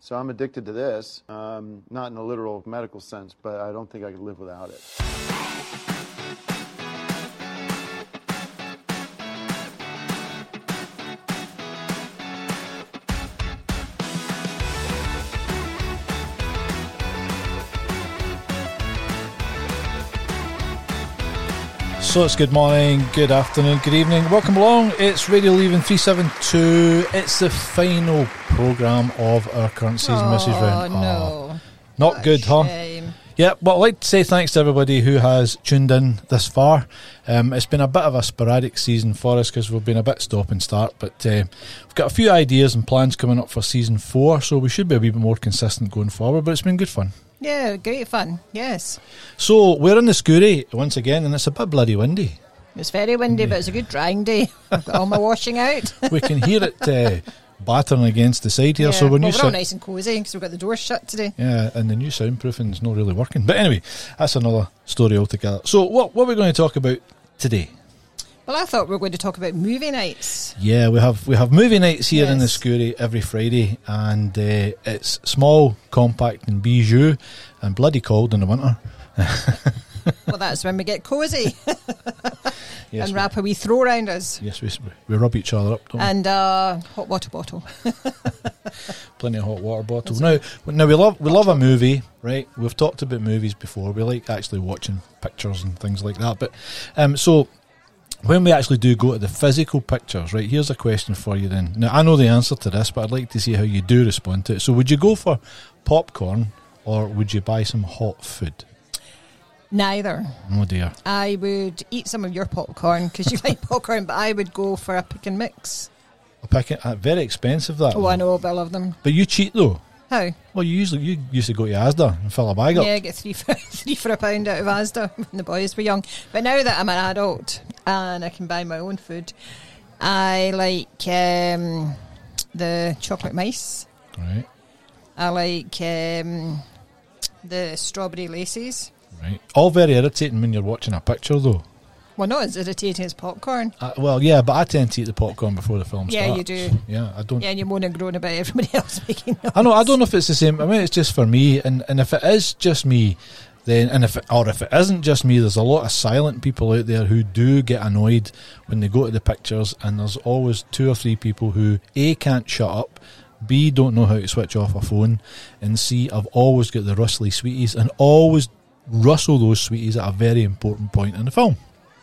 So I'm addicted to this, um, not in a literal medical sense, but I don't think I could live without it. So it's good morning, good afternoon, good evening. Welcome along. It's Radio Leaving 372. It's the final programme of our current season, Mrs. Round. Oh, no. Not good, huh? Shame. Yeah, well, I'd like to say thanks to everybody who has tuned in this far. Um, it's been a bit of a sporadic season for us because we've been a bit stop and start, but uh, we've got a few ideas and plans coming up for season four, so we should be a wee bit more consistent going forward, but it's been good fun. Yeah, great fun. Yes. So we're in the Scourie once again, and it's a bit bloody windy. It's very windy, but it's a good drying day. I've got all my washing out. We can hear it uh, battering against the side here, so we're Yeah. well, new we're all sound. nice and cosy because we've got the door shut today. Yeah, and the new soundproofing is not really working. But anyway, that's another story altogether. So, what, what are we going to talk about today? Well, I thought we were going to talk about movie nights. Yeah, we have we have movie nights here in the Yes. Scourie every Friday, and uh, it's small, compact, and bijou, and bloody cold in the winter. Well, that's when we get cosy Yes, and we, wrap a wee throw round us. yes, we, we rub each other up. Don't we? And uh, hot water bottle. Plenty of hot water bottles. Now, now we love we love a movie, right? We've talked about movies before. We like actually watching pictures and things like that. But um, so when we actually do go to the physical pictures, right? Here's a question for you then. Now I know the answer to this, but I'd like to see how you do respond to it. So, would you go for popcorn or would you buy some hot food? Neither. Oh dear. I would eat some of your popcorn because you like popcorn, but I would go for a pick and mix. A Pick it, uh, very expensive that. Oh, I one. know, but I love them. But you cheat though. How? Well, you usually you used to go to ASDA and fill a bag up. Yeah, I get three for three for a pound out of Asda when the boys were young. But now that I'm an adult and I can buy my own food, I like um, the chocolate mice. Right, I like um, the strawberry laces. right. All very irritating when you're watching a picture though. Well, not as irritating as popcorn. Uh, well, yeah, but I tend to eat the popcorn before the film Yeah, starts. you do. Yeah, I don't. Yeah, and you moan and groan about everybody else making noise. I know. I don't know if it's the same. I mean, it's just for me, and and if it is just me, then and if it, or if it isn't just me, there's a lot of silent people out there who do get annoyed when they go to the pictures, and there's always two or three people who a can't shut up. B don't know how to switch off a phone, and C I've always got the rustly sweeties and always rustle those sweeties at a very important point in the Mm. film.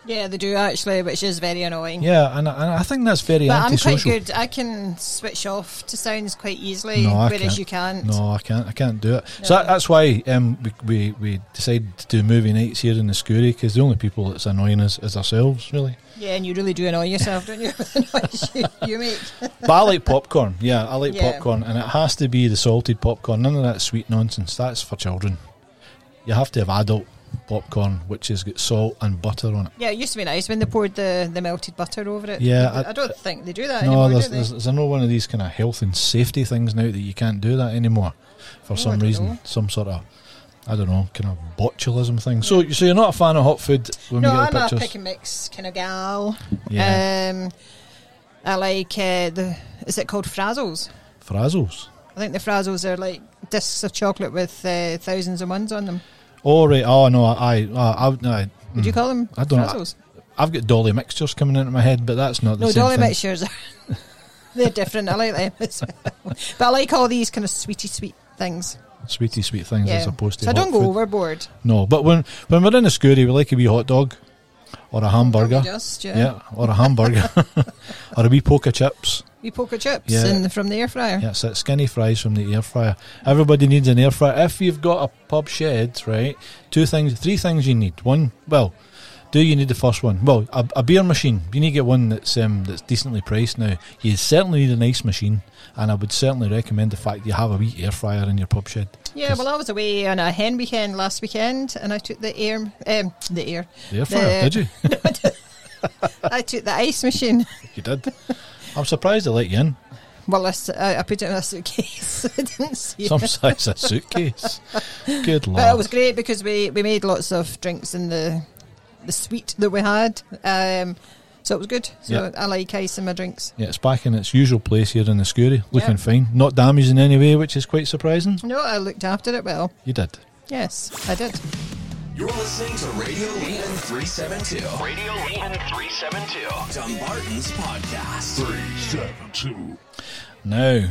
Yeah, they do actually, which is very annoying. Yeah, and I, and I think that's very But I'm quite antisocial. good. I can switch off to sounds quite easily, No, I whereas can't. you can't. No, I can't. I can't do it. So that, that's why um, we, we we decided to do movie nights here in the Scourie because the only people that's annoying us is ourselves, really. Yeah, and you really do annoy yourself, don't you? with the noise you, you make. but I like popcorn. Yeah, I like Yeah. popcorn, and it has to be the salted popcorn. None of that sweet nonsense. That's for children. You have to have adult popcorn, which has got salt and butter on it. Yeah, it used to be nice when they poured the, the melted butter over it. Yeah, I, I- don't think they do that No, anymore, there's, do they? there's, there's no one of these kind of health and safety things now that you can't do that anymore for Oh, I some don't reason. know. Some sort of, I don't know, kind of botulism thing. So, so you're not a fan of hot food when no, we get I'm the a pictures? pick and mix kind of gal. yeah. Um, I like uh, the. Is it called Frazzles? Uh, Frazzles. I think the Frazzles are like discs of chocolate with uh, thousands of ones on them. Oh, right. Oh, no, I, I, I, I, Would you mm. call them I don't know. Frazzles? I've got dolly mixtures coming into my head, but that's not the No, same Dolly thing. mixtures. They're different. I like them as well. But I like all these kind of sweety sweet things. Sweetie, sweet things yeah. as opposed to so I hot don't go food. overboard. No, but when, when we're in a scurry, we like a wee hot dog or a hamburger. Just, yeah. Yeah, or a hamburger or a wee poke of chips. We poker chips Yeah. in the, from the air fryer. Yeah, it's that skinny fries from the air fryer. Everybody needs an air fryer. If you've got a pub shed, right, two things, three things you need. One, well, do you need the first one? Well, a, a beer machine. You need to get one that's um, that's decently priced. Now, you certainly need an ice machine, and I would certainly recommend the fact that you have a wee air fryer in your pub shed. Yeah, well, I was away on a hen weekend last weekend, and I took the air, um, the air. The air fryer, The- did you? I took the ice machine. you did. I'm surprised they let you in. Well, I, s- I- I put it in a suitcase. I didn't see Some it. size of suitcase. Good lord. But it was great because we, we made lots of drinks in the the suite that we had. Um, So it was good. So Yeah. I like ice in my drinks. Yeah, it's back in its usual place here in the Scurry, looking Yeah. fine. Not damaged in any way, which is quite surprising. No, I looked after it well. You did. Yes, I did. You're listening to Radio Leon 372, Radio Leon 372. Dumbarton's podcast. Now,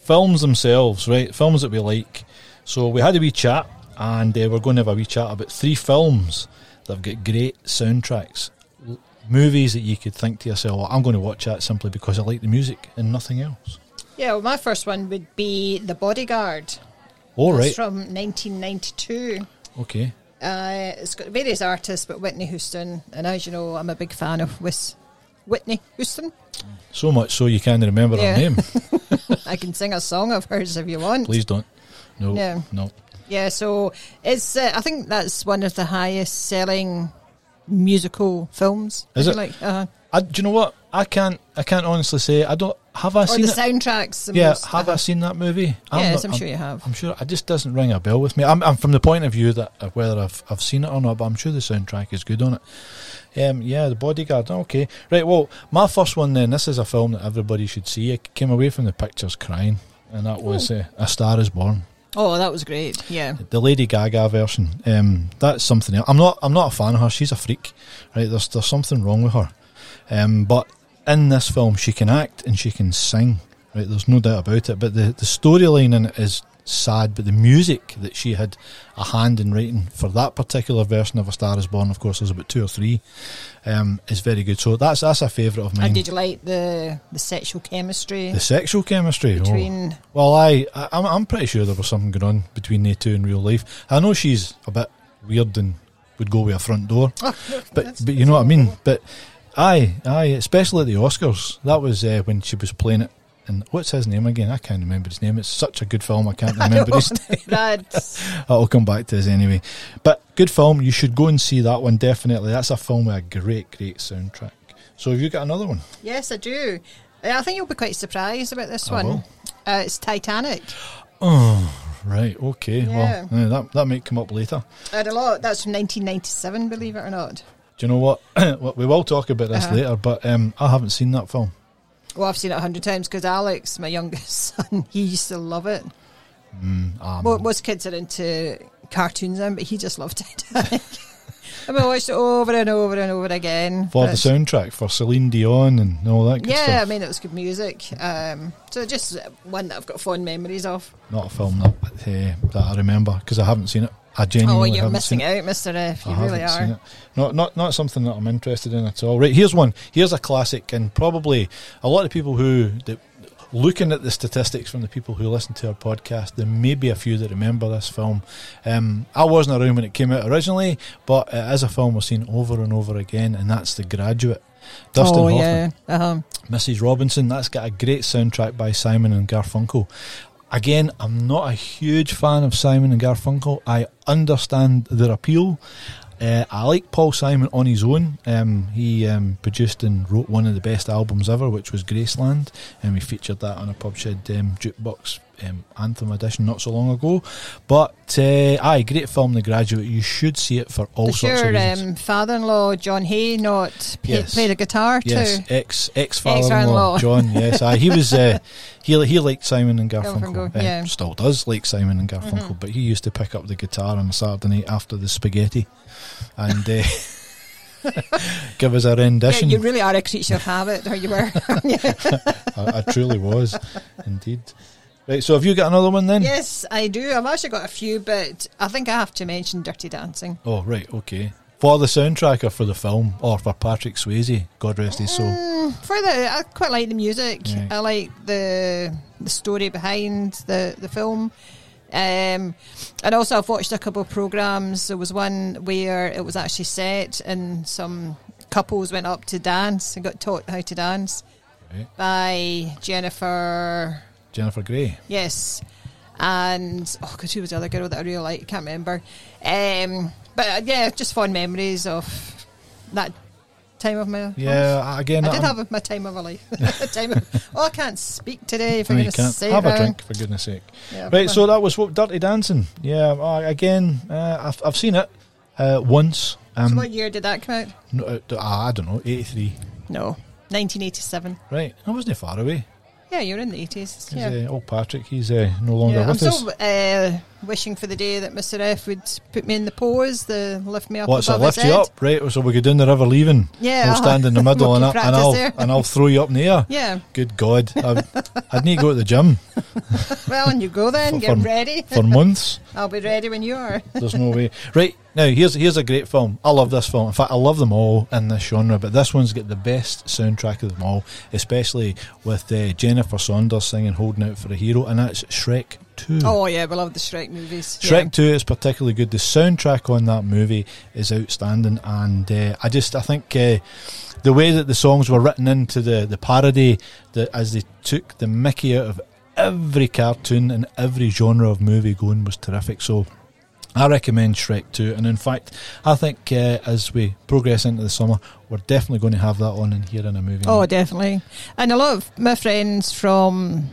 films themselves, right? Films that we like. So we had a wee chat, and uh, we're going to have a wee chat about three films that have got great soundtracks. L- Movies that you could think to yourself, "Well, I'm going to watch that simply because I like the music and nothing else. Yeah, well, my first one would be The Bodyguard. All It's right. from 1992. Okay. Uh, it's got various artists, but Whitney Houston. And as you know, I'm a big fan of Whis- Whitney Houston. So much so you can't remember Yeah. her name. I can sing a song of hers if you want. Please don't. No. No. No. Yeah, so it's. Uh, I think that's one of the highest selling musical films. Is it? if you Like, uh, I, do you know what? I can't. I can't honestly say. I don't. Have I or seen the it? soundtracks. the Yeah, most- have I seen that movie? Yes, I'm sure you have. I'm sure it just doesn't ring a bell with me. I'm, I'm from the point of view that of whether I've, I've seen it or not, but I'm sure the soundtrack is good on it. Um, yeah, The Bodyguard. Okay, right. Well, my first one then. This is a film that everybody should see. I came away from the pictures crying, and that was uh, A Star Is Born, Oh, that was great. Yeah. the Lady Gaga version. Um, that's something. Else. I'm not. I'm not a fan of her. She's a freak. Right. There's there's something wrong with her. Um, but in this film, she can act and she can sing. Right, there's no doubt about it. But the, the storyline in it is sad. But the music that she had a hand in writing for that particular version of A Star Is Born, of course, there's about two or three, um, is very good. So that's that's a favourite of mine. And did you like the the sexual chemistry the sexual chemistry oh. between? Well, I, I I'm, I'm pretty sure there was something going on between they two in real life. I know she's a bit weird and would go with a front door, Ah, but but you know what I mean. But aye, aye, especially at the Oscars. That was uh, when she was playing it. And what's his name again? I can't remember his name. It's such a good film. I can't remember his name. That's I'll come back to this anyway. But good film. You should go and see that one definitely. That's a film with a great, great soundtrack. So have you got another one? yes, I do. Uh, I think you'll be quite surprised about this I one. will. Uh, it's Titanic. Right. Okay. Yeah. Well, yeah, that that might come up later. I had a lot. That's from 1997, believe it or not. Do you know what? Well, we will talk about this Uh-huh. later, but um, I haven't seen that film. Well, I've seen it a hundred times because Alex, my youngest son, he used to love it. Um, Well, most kids are into cartoons, then, but he just loved Titanic. and we watched it over and over and over again. for But- the soundtrack for Celine Dion and all that good Yeah, I stuff. mean, it was good music. Um, so just one that I've got fond memories of. Not a film that, uh, that I remember because I haven't seen it. I Oh, genuinely you're haven't missing seen out, Mr. F. You I really haven't are. seen it. Not, not, not something that I'm interested in at all. Right, here's one. Here's a classic, and probably a lot of people who, that, looking at the statistics from the people who listen to our podcast, there may be a few that remember this film. Um, I wasn't around when it came out originally, but it is a film we've seen over and over again, and that's The Graduate. Dustin oh, Hoffman. yeah. Uh-huh. Mrs. Robinson. That's got a great soundtrack by Simon and Garfunkel. Again, I'm not a huge fan of Simon and Garfunkel. I understand their appeal. Uh, I like Paul Simon on his own. Um, he um, produced and wrote one of the best albums ever, which was Graceland, and we featured that on a Pubshed um, jukebox um, anthem edition not so long ago. But uh, aye, great film, The Graduate. You should see it for all Does sorts of your reasons. um, father-in-law, John Hay, not play, Yes. play the guitar Yes, too? ex ex father-in-law Ex-father-in-law. John. Yes, aye, he was. Uh, he he liked Simon and Garfunkel. Garfunkel, eh, yeah. Mm-hmm. Still does like Simon and Garfunkel, but he used to pick up the guitar on a Saturday night after the spaghetti, and uh, give us a Yeah, rendition. you really are a creature of habit, or you were. I, I truly was, indeed. Right, so have you got another one then? yes, I do. I've actually got a few, but I think I have to mention Dirty Dancing. Oh right, okay. For the soundtrack or for the film or for Patrick Swayze, God rest his soul. For the, I quite like the music. Right. I like the the story behind the the film. Um, and also, I've watched a couple of programs. There was one where it was actually set, and some couples went up to dance and got taught how to dance Right. by Jennifer. Jennifer Grey. Yes, and oh god, who was the other girl that I really like? Can't remember. Um, but uh, yeah, just fond memories of that time of my Yeah, again, I did I'm- have my time of my life. time of, oh, I can't speak today if No, I'm you going to can't. say Have a that. drink, for goodness sake. Yeah, right, well- so that was what Dirty Dancing. Yeah, uh, again, uh, I've, I've seen it uh, once. So Um, what year did that come out? no, uh, I ah, don't know, 83. No, 1987. Right, I wasn't far away. Yeah, you're in the 80s. 'Cause, Yeah. uh, old Patrick, he's uh, no longer Yeah, I'm with us. still uh, wishing for the day that Mr. F would put me in the pause, the lift me up What's that above lift his you head. up, right? So we go down the river, leaving. Yeah, uh-huh. we'll stand in the middle, and, Monkey I, and practice I'll there. and I'll throw you up in the air. Yeah, Good God, I, I'd need to go to the gym well, and you go then, For get fun. ready. for months. I'll be ready when you are. There's no way. Right now, here's here's a great film. I love this film. In fact, I love them all in this genre, but this one's got the best soundtrack of them all, especially with uh, Jennifer Saunders singing "Holding Out for a Hero," and that's Shrek Two. Oh, yeah, we love the Shrek movies. Shrek Yeah. 2 is particularly good. The soundtrack on that movie is outstanding, and uh, I just I think uh, the way that the songs were written into the the parody, that as they took the Mickey out of every cartoon and every genre of movie going was terrific. So. I recommend Shrek 2, and in fact, I think uh, as we progress into the summer, we're definitely going to have that on in here in a movie. Oh, night. definitely. And a lot of my friends from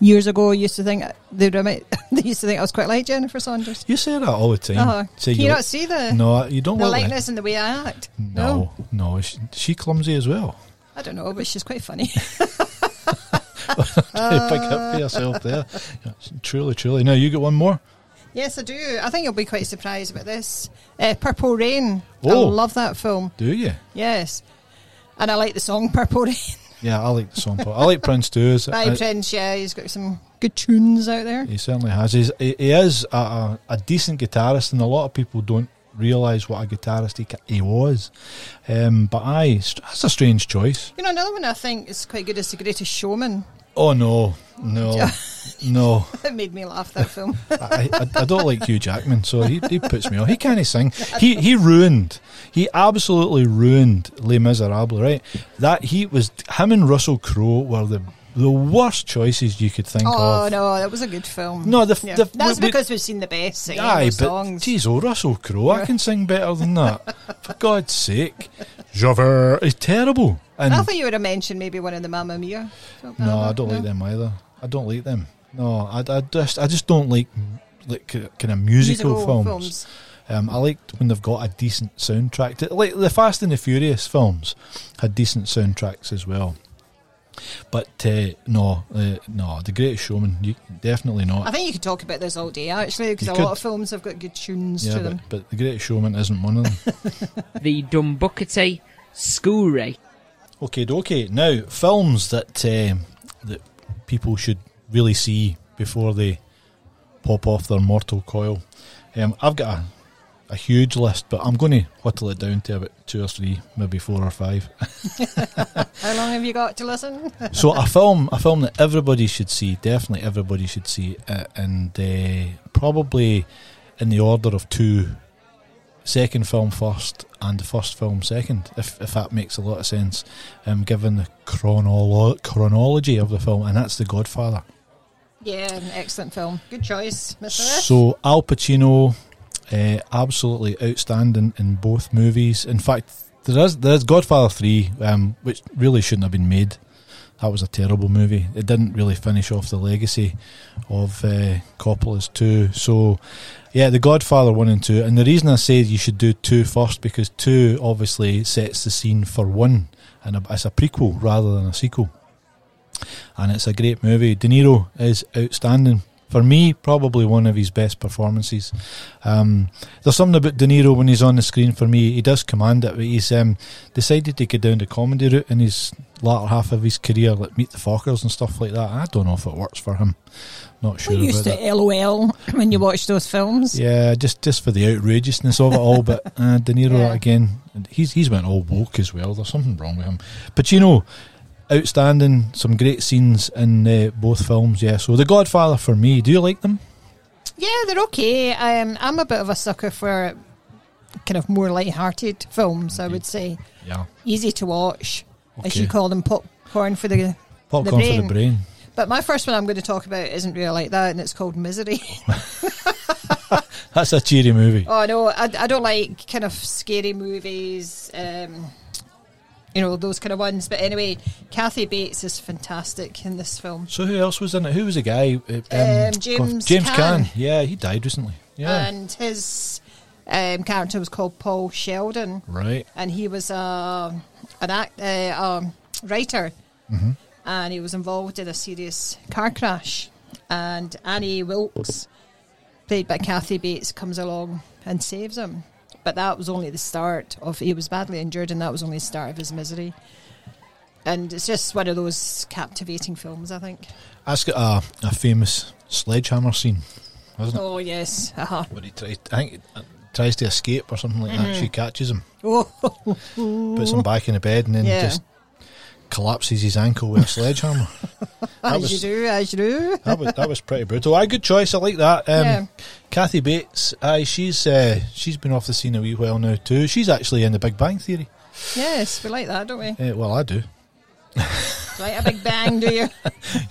years ago used to think they, remi- they used to think I was quite like Jennifer Saunders. you say that all the time. Uh-huh. Say Can you you- not see the, no, you don't the look like- likeness and the way I act? No, no, no. She, she clumsy as well. I don't know, but she's quite funny. pick up for yourself there. Truly, truly. Now you get one more. yes, I do. I think you'll be quite surprised about this. Uh, Purple Rain. Oh. I love that film. Do you? Yes. And I like the song Purple Rain Yeah, I like the song. Paul. I like Prince too. Is by Prince. Yeah, he's got some good tunes out there. he certainly has. He's, he he is a, a, a decent guitarist, and a lot of people don't realise what a guitarist he, ca- he was. Um, but I, that's a strange choice. You know, another one I think is quite good is The Greatest Showman. Oh no, no, no. It made me laugh, that film. I, I, I don't like Hugh Jackman, so he, he puts me off. He can't sing. He he ruined. He absolutely ruined Les Miserables. Right, that he was him and Russell Crowe were the the worst choices you could think Oh of. no, that was a good film. No, the f- the f- that's we- we- because we've seen the best singing Aye, of but songs. geez, oh Russell Crowe, I can sing better than that. For God's sake, Javert is terrible. And I thought you would have mentioned maybe one of the Mamma Mia. No, I don't like them either. I don't like them. No, I, I just I just don't like like kind of musical, films. Um, I liked when they've got a decent soundtrack. To, like the Fast and the Furious films had decent soundtracks as well. But uh, no, uh, no, The Greatest Showman, you, definitely I not. think you could talk about this all day actually, because You a could. lot of films have got good tunes Yeah, to them. but, but The Greatest Showman isn't one of them. the Dumbuckety Schoolray. okay, okay. Now, films that um that people should really see before they pop off their mortal coil. Um, I've got a, a huge list, but I'm going to whittle it down to about two or three, maybe four or five. How long have you got to listen? so a film, a film that everybody should see, definitely everybody should see, uh, and uh, probably in the order of two, second film first and the first film second, if if that makes a lot of sense, um, given the chronolo- chronology of the film, and that's The Godfather. yeah, an excellent film. Good choice, Mr. F. So Al Pacino, uh, absolutely outstanding in both movies. In fact, there is there is Godfather three, um, which really shouldn't have been made. That was a terrible movie. It didn't really finish off the legacy of uh, Coppola's two. So, yeah, The Godfather one and two. And the reason I say you should do two first because two obviously sets the scene for one, and a- it's a prequel rather than a sequel. And it's a great movie. De Niro is outstanding. For me, probably one of his best performances. Um, there's something about De Niro when he's on the screen. For me, he does command it, but he's um, decided to go down the comedy route in his latter half of his career, like Meet the Fockers and stuff like that. I don't know if it works for him. Not sure. We used about to that. LOL when you watch those films. Yeah, just just for the outrageousness of it all. But uh, De Niro Yeah. again, he's he's went all woke as well. There's something wrong with him. Pacino, outstanding. Some great scenes in uh, both films. Yeah. So The Godfather for me. Do you like them? Yeah, they're okay. Um, I'm a bit of a sucker for kind of more light-hearted films. I Mm. would say Yeah. easy to watch, as Okay. you call them, popcorn for the Popcorn for brain. the brain. But my first one I'm going to talk about isn't really like that, and it's called Misery. That's a cheery movie. oh no, I, I don't like kind of scary movies, um, you know those kind of ones. But anyway, Kathy Bates is fantastic in this film. So who else was in it? Who was the guy? Uh, Um, God, James James Caan. Caan. Yeah, he died recently. Yeah. and his um, character was called Paul Sheldon, Right. and he was uh, an act, uh, um, writer, Mm-hmm. and he was involved in a serious car crash. And Annie Wilkes, played by Kathy Bates, comes along and saves him. But that was only the start of. He was badly injured, and that was only the start of his misery. And it's just one of those captivating films, I think. That's got a, a famous sledgehammer scene, hasn't it? Oh yes, uh-huh. Where he tries, I think, uh, tries to escape or something like that. She catches him, Mm-hmm. oh, puts him back in the bed, and then Yeah. just collapses his ankle with a sledgehammer. that as was you do, as you do. that was that was pretty brutal. Aye, good choice. I like that. Um, Yeah. Kathy Bates. Aye, she's uh, she's been off the scene a wee while now too. She's actually in The Big Bang Theory. Yes, we like that, don't we? Uh, well, I do. Like a big bang, do you?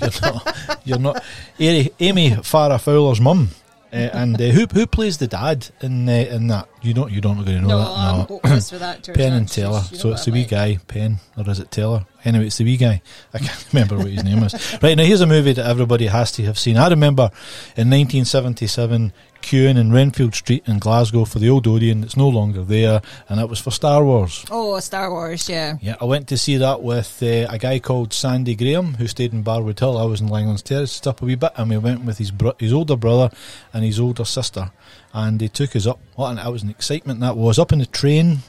You're not. you're not. Amy, Amy Farrah Fowler's mum. Uh, and uh, who who plays the dad in uh, in that? You don't you don't really know No, um, that. I'm hopeless with that. Penn and Teller. So it's the wee guy, Penn, or is it Teller? Anyway, it's the wee guy. I can't remember what his name is. Right, now here's a movie that everybody has to have seen. I remember in 1977 queuing in Renfield Street in Glasgow for the old Odeon. It's no longer there, and that was for Star Wars. Oh, Star Wars, yeah. Yeah, I went to see that with uh, a guy called Sandy Graham who stayed in Barwood Hill. I was in Langlands Terrace up a wee bit, and we went with his bro- his older brother and his older sister, and they took us up. What an that was an excitement that was! Up in the train,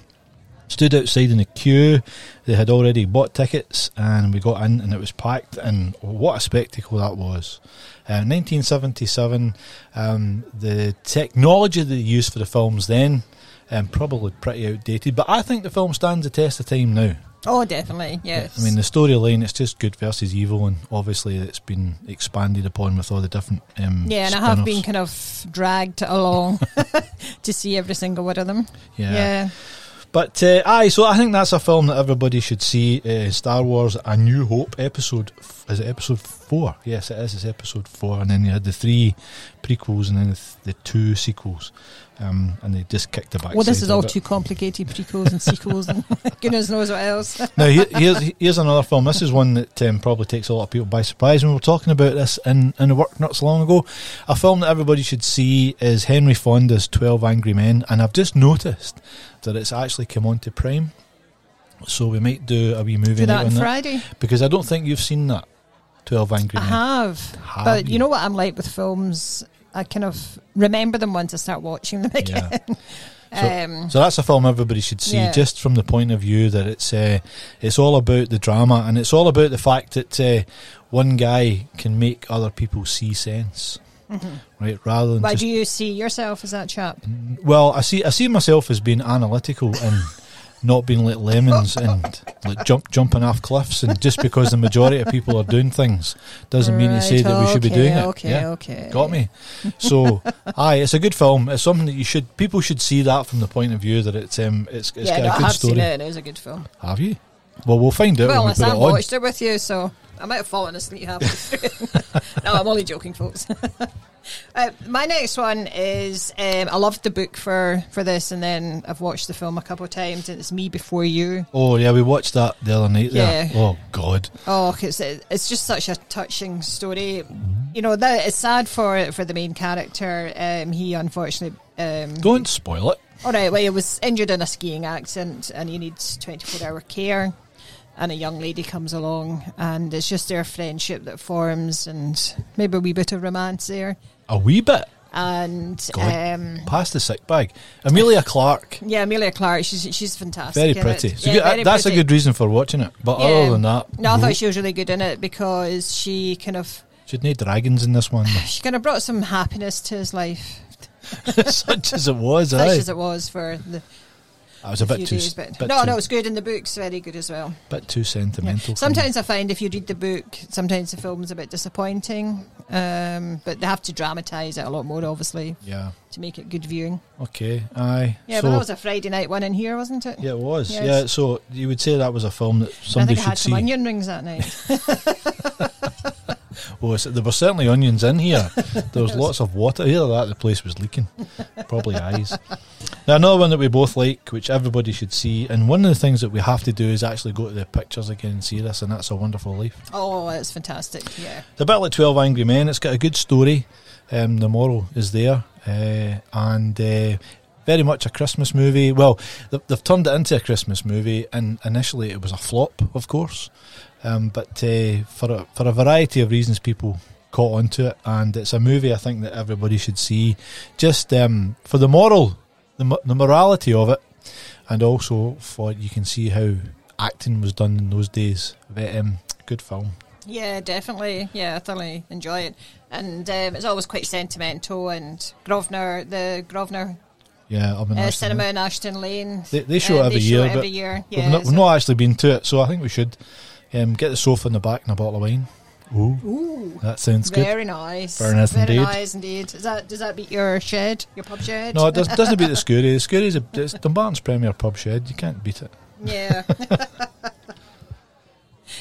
stood outside in the queue. They had already bought tickets, and we got in, and it was packed. And what a spectacle that was! Uh, 1977, um, the technology that they used for the films then. Um, probably pretty outdated, but I think the film stands the test of time now. Oh, definitely, yes. I mean, the storyline it's just good versus evil, and obviously it's been expanded upon with all the different. Um, yeah, and I have been spin-offs. kind of dragged along to see every single one of them. Yeah. yeah. But uh, aye, so I think that's a film that everybody should see. Uh, Star Wars: A New Hope, episode f- is it episode four? Yes, it is. It's episode four, and then you had the three Mm. prequels, and then the, th- the two sequels, um, and they just kicked the back. Well, this is all too complicated prequels and sequels and goodness knows what else. Now, here, here's, here's another film. This is one that um, probably takes a lot of people by surprise. And we were talking about this in, in the work not so long ago. A film that everybody should see is Henry Fonda's 12 Angry Men. And I've just noticed that it's actually come on to Prime. So we might do a wee movie night Do that on on that. Friday. Because I don't think you've seen that, 12 Angry I Men. have, Have but you you? know what I'm like with films. I kind of remember them once I start watching them again. Yeah. um, So that's a film everybody should see, Yeah. just from the point of view that it's uh, it's all about the drama and it's all about the fact that uh, one guy can make other people see sense, right? Rather than but just, do you see yourself as that chap? well, I see I see myself as being analytical and not being like lemons and like jump jumping off cliffs, and just because the majority of people are doing things doesn't mean to Right, say that we should be doing it. okay, Yeah. okay. Got me. So, aye, it's a good film. It's something that you should people should see that from the point of view that it's um it's, it's yeah, got no, a I good have story. seen it. and It was a good film. Have you? Well, we'll find out Well, when we unless put it I've on. watched it with you, so I might have fallen asleep halfway through. no, I'm only joking, folks. uh, my next one is um, I loved the book for, for this, and then I've watched the film a couple of times, and it's Me Before You. Oh yeah, we watched that the other night. There. Yeah. Oh God. Oh, 'cause it it's just such a touching story. Mm-hmm. You know, that it's sad for for the main character. Um, he unfortunately. Um, Don't spoil it. All right, well, he was injured in a skiing accident and he needs 24 hour care. And a young lady comes along, and it's just their friendship that forms, and maybe a wee bit of romance there. A wee bit. And God. um, Past the sick bag. Amelia Clark. yeah, Amelia Clark, she's she's fantastic. Very in it. pretty. It's a Yeah, good- very uh, that's pretty. a good reason for watching it. But Yeah. other than that, no, I no. thought she was really good in it because she kind of she'd need dragons in this one. she kind of brought some happiness to his life, Such as it was, such aye. as it was for the I was a few bit too, days. s- But bit no, too, no, it's good, and the book's very good as well. bit too Yeah. sentimental. for me. Sometimes I find if you read the book, sometimes the film's a bit disappointing, um, but they have to dramatise it a lot more, obviously, Yeah. to make it good viewing. Okay. Aye. Yeah, so, but that was a Friday night one in here, wasn't it? yeah, it was. Yes. Yeah. So you would say that was a film that I somebody think I should had some see. onion rings that night. Oh, so there were certainly onions in here. There was lots of water. Either that, or the place was leaking. Probably eyes. Now, another one that we both like, which everybody should see, and one of the things that we have to do is actually go to the pictures again and see this, and that's a wonderful life. oh, that's fantastic. Yeah. It's a bit like 12 Angry Men. It's got a good story. Um, the moral is there. Uh, and uh, very much a Christmas movie. Well, they've, they've turned it into a Christmas movie, and initially it was a flop, of course. Um, but uh, for a, for a variety of reasons, people caught onto it, and it's a movie I think that everybody should see, just um, for the moral, the, mo- the morality of it, and also for you can see how acting was done in those days. But, um, good film. Yeah, definitely. Yeah, I thoroughly enjoy it. And um, it's always quite sentimental. And Grosvenor, the Grosvenor Yeah, I've been uh, asking Cinema that. in Ashton Lane. They, they show Uh, it every they year, show it but every year. Yeah, we've, not, we've so- not actually been to it, so I think we should um, get the sofa in the back and a bottle of wine. Ooh, that sounds good. Very nice. Very nice Very indeed. nice indeed. Is that, does that beat your shed, your pub shed? No, it does, doesn't beat the Scurry. The Scurry's a, it's Dumbarton's premier pub shed. You can't beat it. Yeah.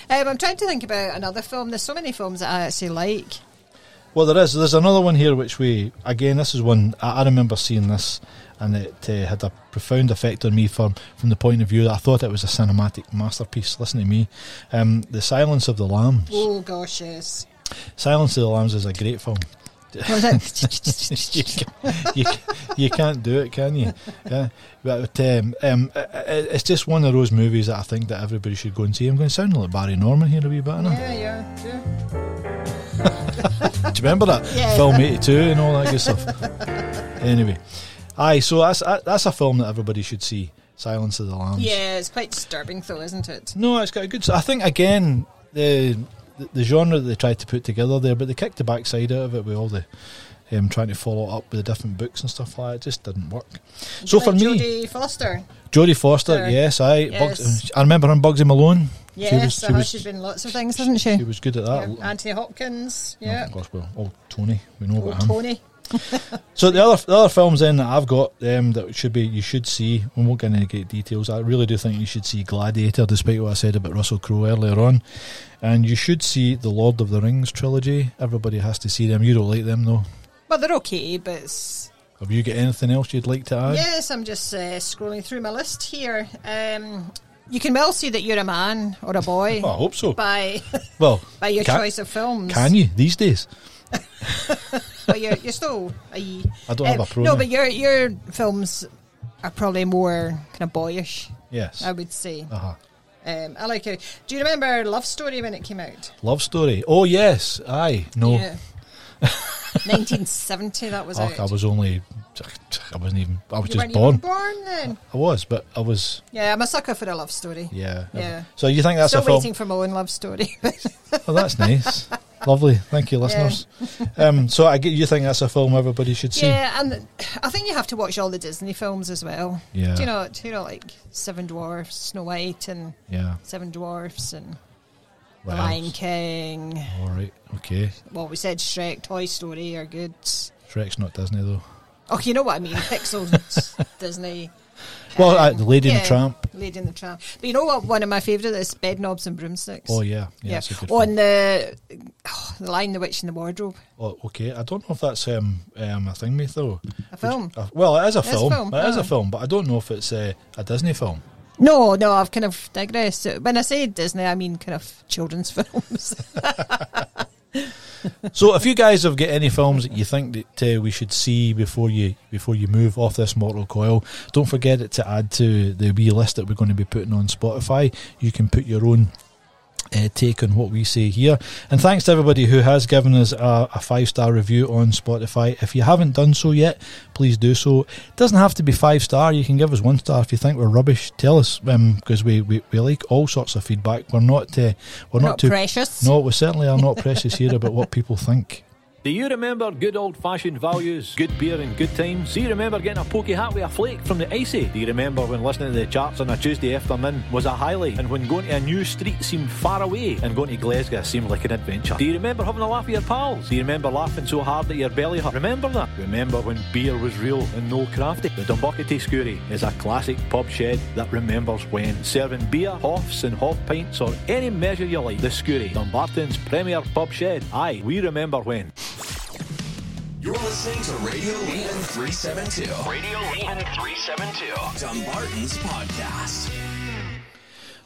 um, I'm trying to think about another film. There's so many films that I actually like. Well, there is. There's another one here which we again. This is one I, I remember seeing this, and it uh, had a profound effect on me from from the point of view that I thought it was a cinematic masterpiece. Listen to me, um, the Silence of the Lambs. Oh gosh, yes. Silence of the Lambs is a great film. Was it? you, ca- you, ca- you can't do it, can you? Yeah. But um, um, i- i- it's just one of those movies that I think that everybody should go and see. I'm going to sound like Barry Norman here a wee bit, am yeah, yeah, yeah. Do you remember that Yeah. film '82 and all that good stuff? anyway, aye. So that's that- that's a film that everybody should see. Silence of the Lambs. Yeah, it's quite disturbing though, isn't it? No, it's got a good. I think again the the- the genre that they tried to put together there, but they kicked the backside out of it with all the um, trying to follow up with the different books and stuff like that. It just didn't work. So Like for me, Jodie Foster. Jodie Foster, Sure. yes, I. Yes. I remember her in Bugsy Malone. Yes, she was, she uh-huh, was, she's been in lots of things, hasn't she? she was good at that. Yeah, Anthony Hopkins. Oh, Yeah. Of course, well, old Tony, we know Oh, about him. Tony. So the other the other films then that I've got um, that should be you should see. We won't get into great details. I really do think you should see Gladiator, despite what I said about Russell Crowe earlier on, and you should see the Lord of the Rings trilogy. Everybody has to see them. You don't like them though. Well, they're okay, but it's- Have you got anything else you'd like to add? yes, I'm just uh, scrolling through my list here. Um, you can well see that you're a man or a boy Well, I hope so. by well, by your can, choice of films. Can you these days? but you're, you're still a. Eh, I don't have a pro Uh, No, now. but your your films are probably more kind of boyish, Yes. I would say. Uh huh. Um, I like it. Do you remember Love Story when it came out? Love story. Oh yes. Aye. No. Yeah. 1970, that was Oh, out. I was only. I wasn't even. I was you just weren't born. even born then. I was, but I was. Yeah, I'm a sucker for a love story. Yeah. Yeah. So you think that's Still a film? waiting for my own love story. Well, that's nice. Lovely. Thank you, listeners. Um, so I get you think that's a film everybody should see. yeah, and I think you have to watch all the Disney films as well. Yeah. Do you know? Do you know like Seven Dwarfs, Snow White, and Yeah. Seven Dwarfs, and The What Lion else? King. All right. Okay. Well, we said Shrek, Toy Story are good. Shrek's not Disney though. Oh, you know what I mean? Pixels, Disney. Well, uh, the Lady and yeah, the Tramp. Lady and the Tramp. But you know what? One of my favourite is Bed Knobs and Broomsticks. Oh yeah. Yeah. That's a good On film. the oh, the Lion, the Witch, and the Wardrobe. Oh, okay. I don't know if that's um, um a thing, mate. Though. A film. Uh, well, it is a is a film. It is film, Ah. a aye. film, but I don't know if it's uh, a Disney film. No, no, I've kind of digressed. When I say Disney, I mean kind of children's films. So, if you guys have got any films that you think that uh, we should see before you before you move off this mortal coil, don't forget it to add to the wee list that we're going to be putting on Spotify. You can put your own uh, take on what we say here. And thanks to everybody who has given us a, a five star review on Spotify. If you haven't done so yet, please do so. It doesn't have to be five star. You can give us one star if you think we're rubbish. Tell us because we, we we like all sorts of feedback. We're not uh, we're not, Not too precious. No, we certainly are not precious here about what people think. Do you remember good old fashioned values, good beer and good times? Do you remember getting a pokey hat with a flake from the icy? Do you remember when listening to the charts on a Tuesday afternoon was a highlight and when going to a new street seemed far away and going to Glasgow seemed like an adventure? Do you remember having a laugh with your pals? Do you remember laughing so hard that your belly hurt? Remember that? Remember when beer was real and no crafty? The Dumbuckety Scurry is a classic pub shed that remembers when. Serving beer, hoffs and hoff pints or any measure you like. The Scurry, Dumbarton's premier pub shed. Aye, we remember when. You're listening to Radio Leon 372, Radio Leon 372. Dumbarton's podcast.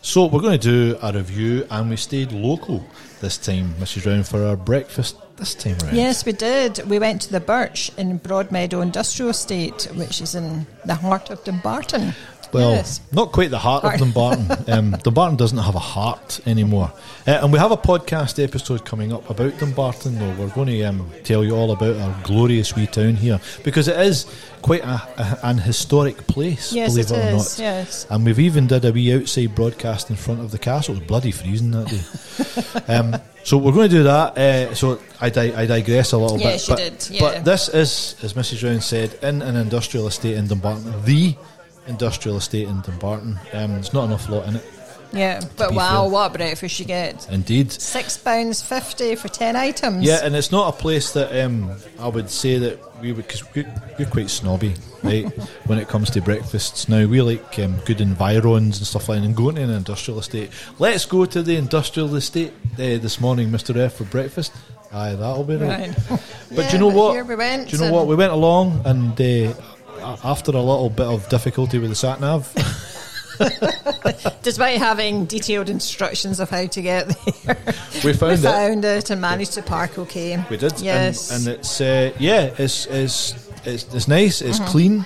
So we're going to do a review, and we stayed local this time, Mrs. Round, for our breakfast this time round. Yes, we did. We went to the Birch in Broadmeadow Industrial Estate, which is in the heart of Dumbarton. Well, yes. not quite the heart of Heart. Dumbarton. Um, Dumbarton doesn't have a heart anymore. Uh, and we have a podcast episode coming up about Dumbarton, though. We're going to um, tell you all about our glorious wee town here because it is quite a, a- an historic place, Yes, believe it or is, not. yes. And we've even did a wee outside broadcast in front of the castle. It was bloody freezing that day. um, so we're going to do that. Uh, so I, di- I digress a little Yes, bit. you but, did, yeah. but this is, as Mrs. Round said, in an industrial estate in Dumbarton, the industrial estate in Dumbarton. Um, there's not enough lot in it, Yeah, but be wow, fair. what breakfast you get! indeed. Six pounds fifty for ten items. Yeah, and it's not a place that um, I would say that we would, because we, we're quite snobby, right, when it comes to breakfasts. Now, we like um, good environs and stuff like that, and going to an industrial estate. Let's go to the industrial estate uh, this morning, Mr. F, for breakfast. Aye, that'll be right. Right. But Yeah, do you know but what? here we went do you know and- what? We went along, and uh, a- after a little bit of difficulty with the sat nav, despite having detailed instructions of how to get there, we found we it. found it and managed to park okay. We did. Yes, And, and it's uh, yeah, it's it's it's, it's nice. It's Mm-hmm. clean.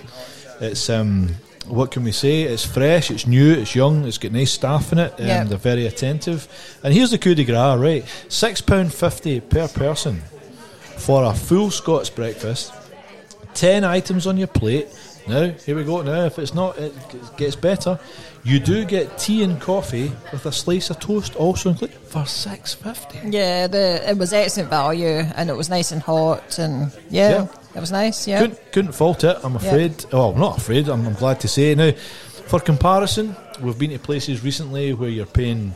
It's um, what can we say? It's fresh. It's new. It's young. It's got nice staff in it. Um, Yep. They're very attentive. And here's the coup de grace, right? Six pound fifty per person for a full Scots breakfast. Ten items on your plate. Now here we go. Now if it's not, it g- gets better. You do get tea and coffee with a slice of toast also included for six fifty. yeah, the it was excellent value, and it was nice and hot, and yeah, Yeah. it was nice. Yeah, Couldn't, couldn't fault it, I'm afraid. Well, I'm not afraid, I'm, I'm glad to say. Now, for comparison, we've been to places recently where you're paying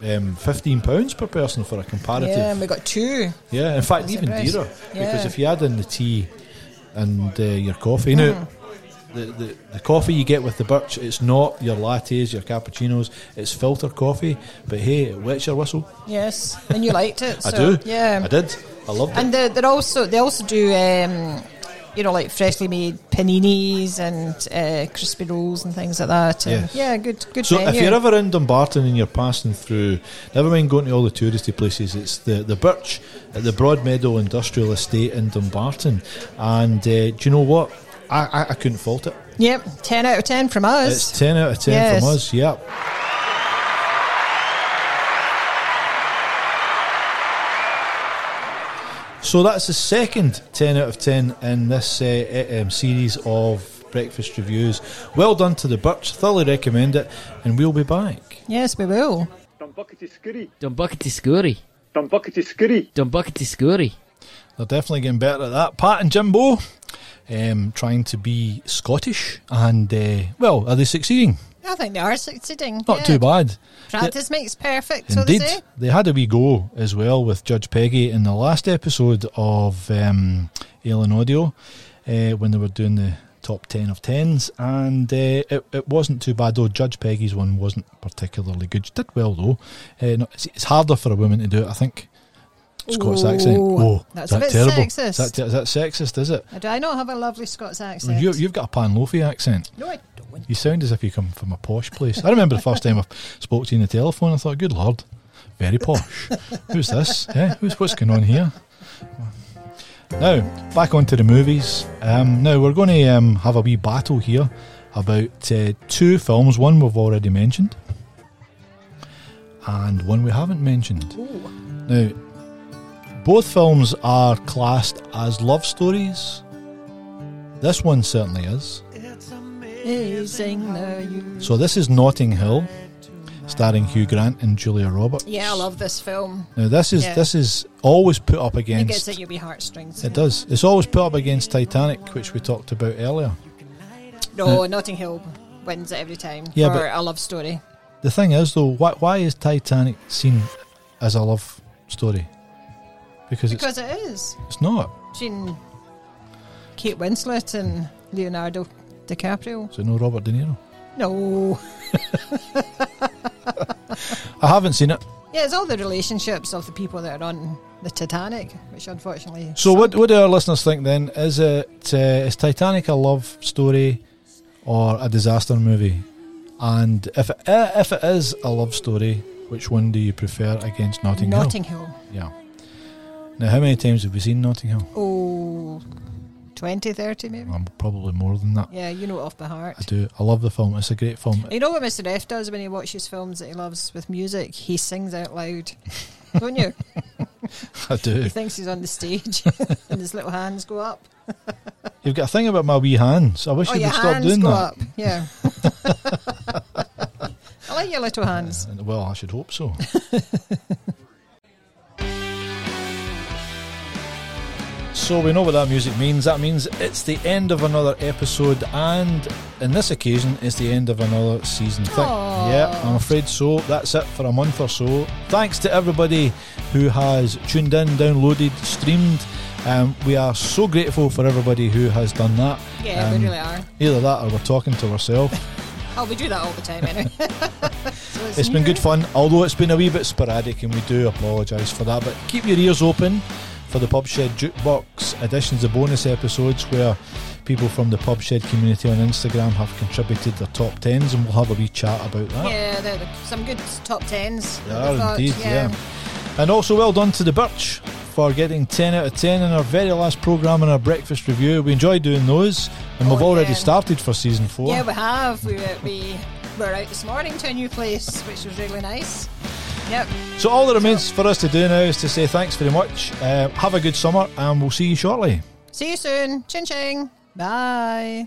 um, £15 per person for a comparative. yeah, Yeah, and we got two. in fact, That's even impressive. dearer. Because Yeah. if you add in the tea and uh, your coffee, now, Mm-hmm. the, the, the coffee you get with the birch, it's not your lattes, your cappuccinos, it's filter coffee, but hey, it wets your whistle. Yes, and you liked it. I so, do. Yeah, I did. I loved it. And they're, they're also they also do um, you know like freshly made paninis and uh, crispy rolls and things like that. And Yes. Yeah, good good. So if venue. you're ever in Dumbarton and you're passing through, never mind going to all the touristy places, it's the, the Birch at the Broadmeadow Industrial Estate in Dumbarton. And uh, do you know what? I, I, I couldn't fault it. yep, ten out of ten from us. It's 10 out of 10 from Yes. us, yep. So that's the second 10 out of 10 in this uh, eh, um, series of breakfast reviews. Well done to the Birch, thoroughly recommend it, and we'll be back. yes, we will. Dumbuckety Scurry, Dumbuckety Scurry. Dumbuckety Scurry, Dumbuckety Scurry. They're definitely getting better at that. Pat and Jimbo um, trying to be Scottish, and uh, well, are they succeeding? I think they are succeeding. Not yeah. too bad. Practice makes perfect. So they Indeed, say. they had a wee go as well with Judge Peggy in the last episode of um, Alien Audio uh, when they were doing the top 10 of 10s, and uh, it, it wasn't too bad though. Judge Peggy's one wasn't particularly good. She did well though. Uh, no, it's, it's harder for a woman to do it, I think. Scots accent. Ooh, Oh, that's is a that bit terrible? sexist. Is that, is that sexist, is it? Now, Do I not have a lovely Scots Well, accent? you, you've got a Panlofi accent. no, I don't. You sound as if you come from a posh place. I remember the first time I spoke to you on the telephone, I thought, good lord, very posh. Who's this? Eh? Who's, what's going on here? Now, back onto the movies. Um, now, we're going to um, have a wee battle here about uh, two films. One we've already mentioned, and one we haven't mentioned. Now, both films are classed as love stories. This one certainly is. Amazing, no, you. So this is Notting Hill, starring Hugh Grant and Julia Roberts. Yeah, I love this film. Now this is Yeah. this is always put up It against. gets at your wee heartstrings. It does. It's always put up against Titanic, which we talked about earlier. No, Notting Hill wins it every time uh, Yeah, for but- a love story. The thing is, though, why why is Titanic seen as a love story? Because, Because it is. it's it's not. Between Kate Winslet and Leonardo DiCaprio. So no Robert De Niro. No. I haven't seen it. Yeah, it's all the relationships of the people that are on the Titanic, which unfortunately. So what what do our listeners think then? Is it uh, is Titanic a love story or a disaster movie? And if it, eh, if it is a love story, which one do you prefer against Notting Hill? Notting Hill. Yeah. Now, how many times have we seen Notting Hill? Oh, 20, 30 maybe. Um, probably more than that. Yeah, you know it off by I heart. do. I love the film. It's a great film. You know what Mr. F does when he watches films that he loves with music? He sings out loud. Don't you? I do. He thinks he's on the stage and his little hands go up. You've got a thing about my wee hands. I wish oh, you your would stop hands doing go that. up. Yeah. I like your little hands. And- Well, I should hope so. so we know what that music means. That means it's the end of another episode, and in this occasion, it's the end of another season. Thing. Aw. Yeah, I'm afraid so. That's it for a month or so. Thanks to everybody who has tuned in, downloaded, streamed. Um, we are so grateful for everybody who has done that. Yeah, Um, we really are. Either that or we're talking to ourselves. Oh, we do that all the time anyway. So It's been good fun, although it's been a wee bit sporadic, and we do apologise for that. But keep your ears open for the Pubshed Jukebox editions of bonus episodes where people from the Pubshed community on Instagram have contributed their top tens, and we'll have a wee chat about that. Yeah, there are some good top tens. They are indeed, yeah. And also, well done to the Birch for getting 10 out of 10 in our very last programme in our breakfast review. We enjoy doing those, and Oh, we've already yeah. started for season four. Yeah, we have. We, were- we were out this morning to a new place, which was really nice. Yep. So, all that remains for us to do now is to say thanks very much, uh, have a good summer, and we'll see you shortly. See you soon. Ching ching. Bye.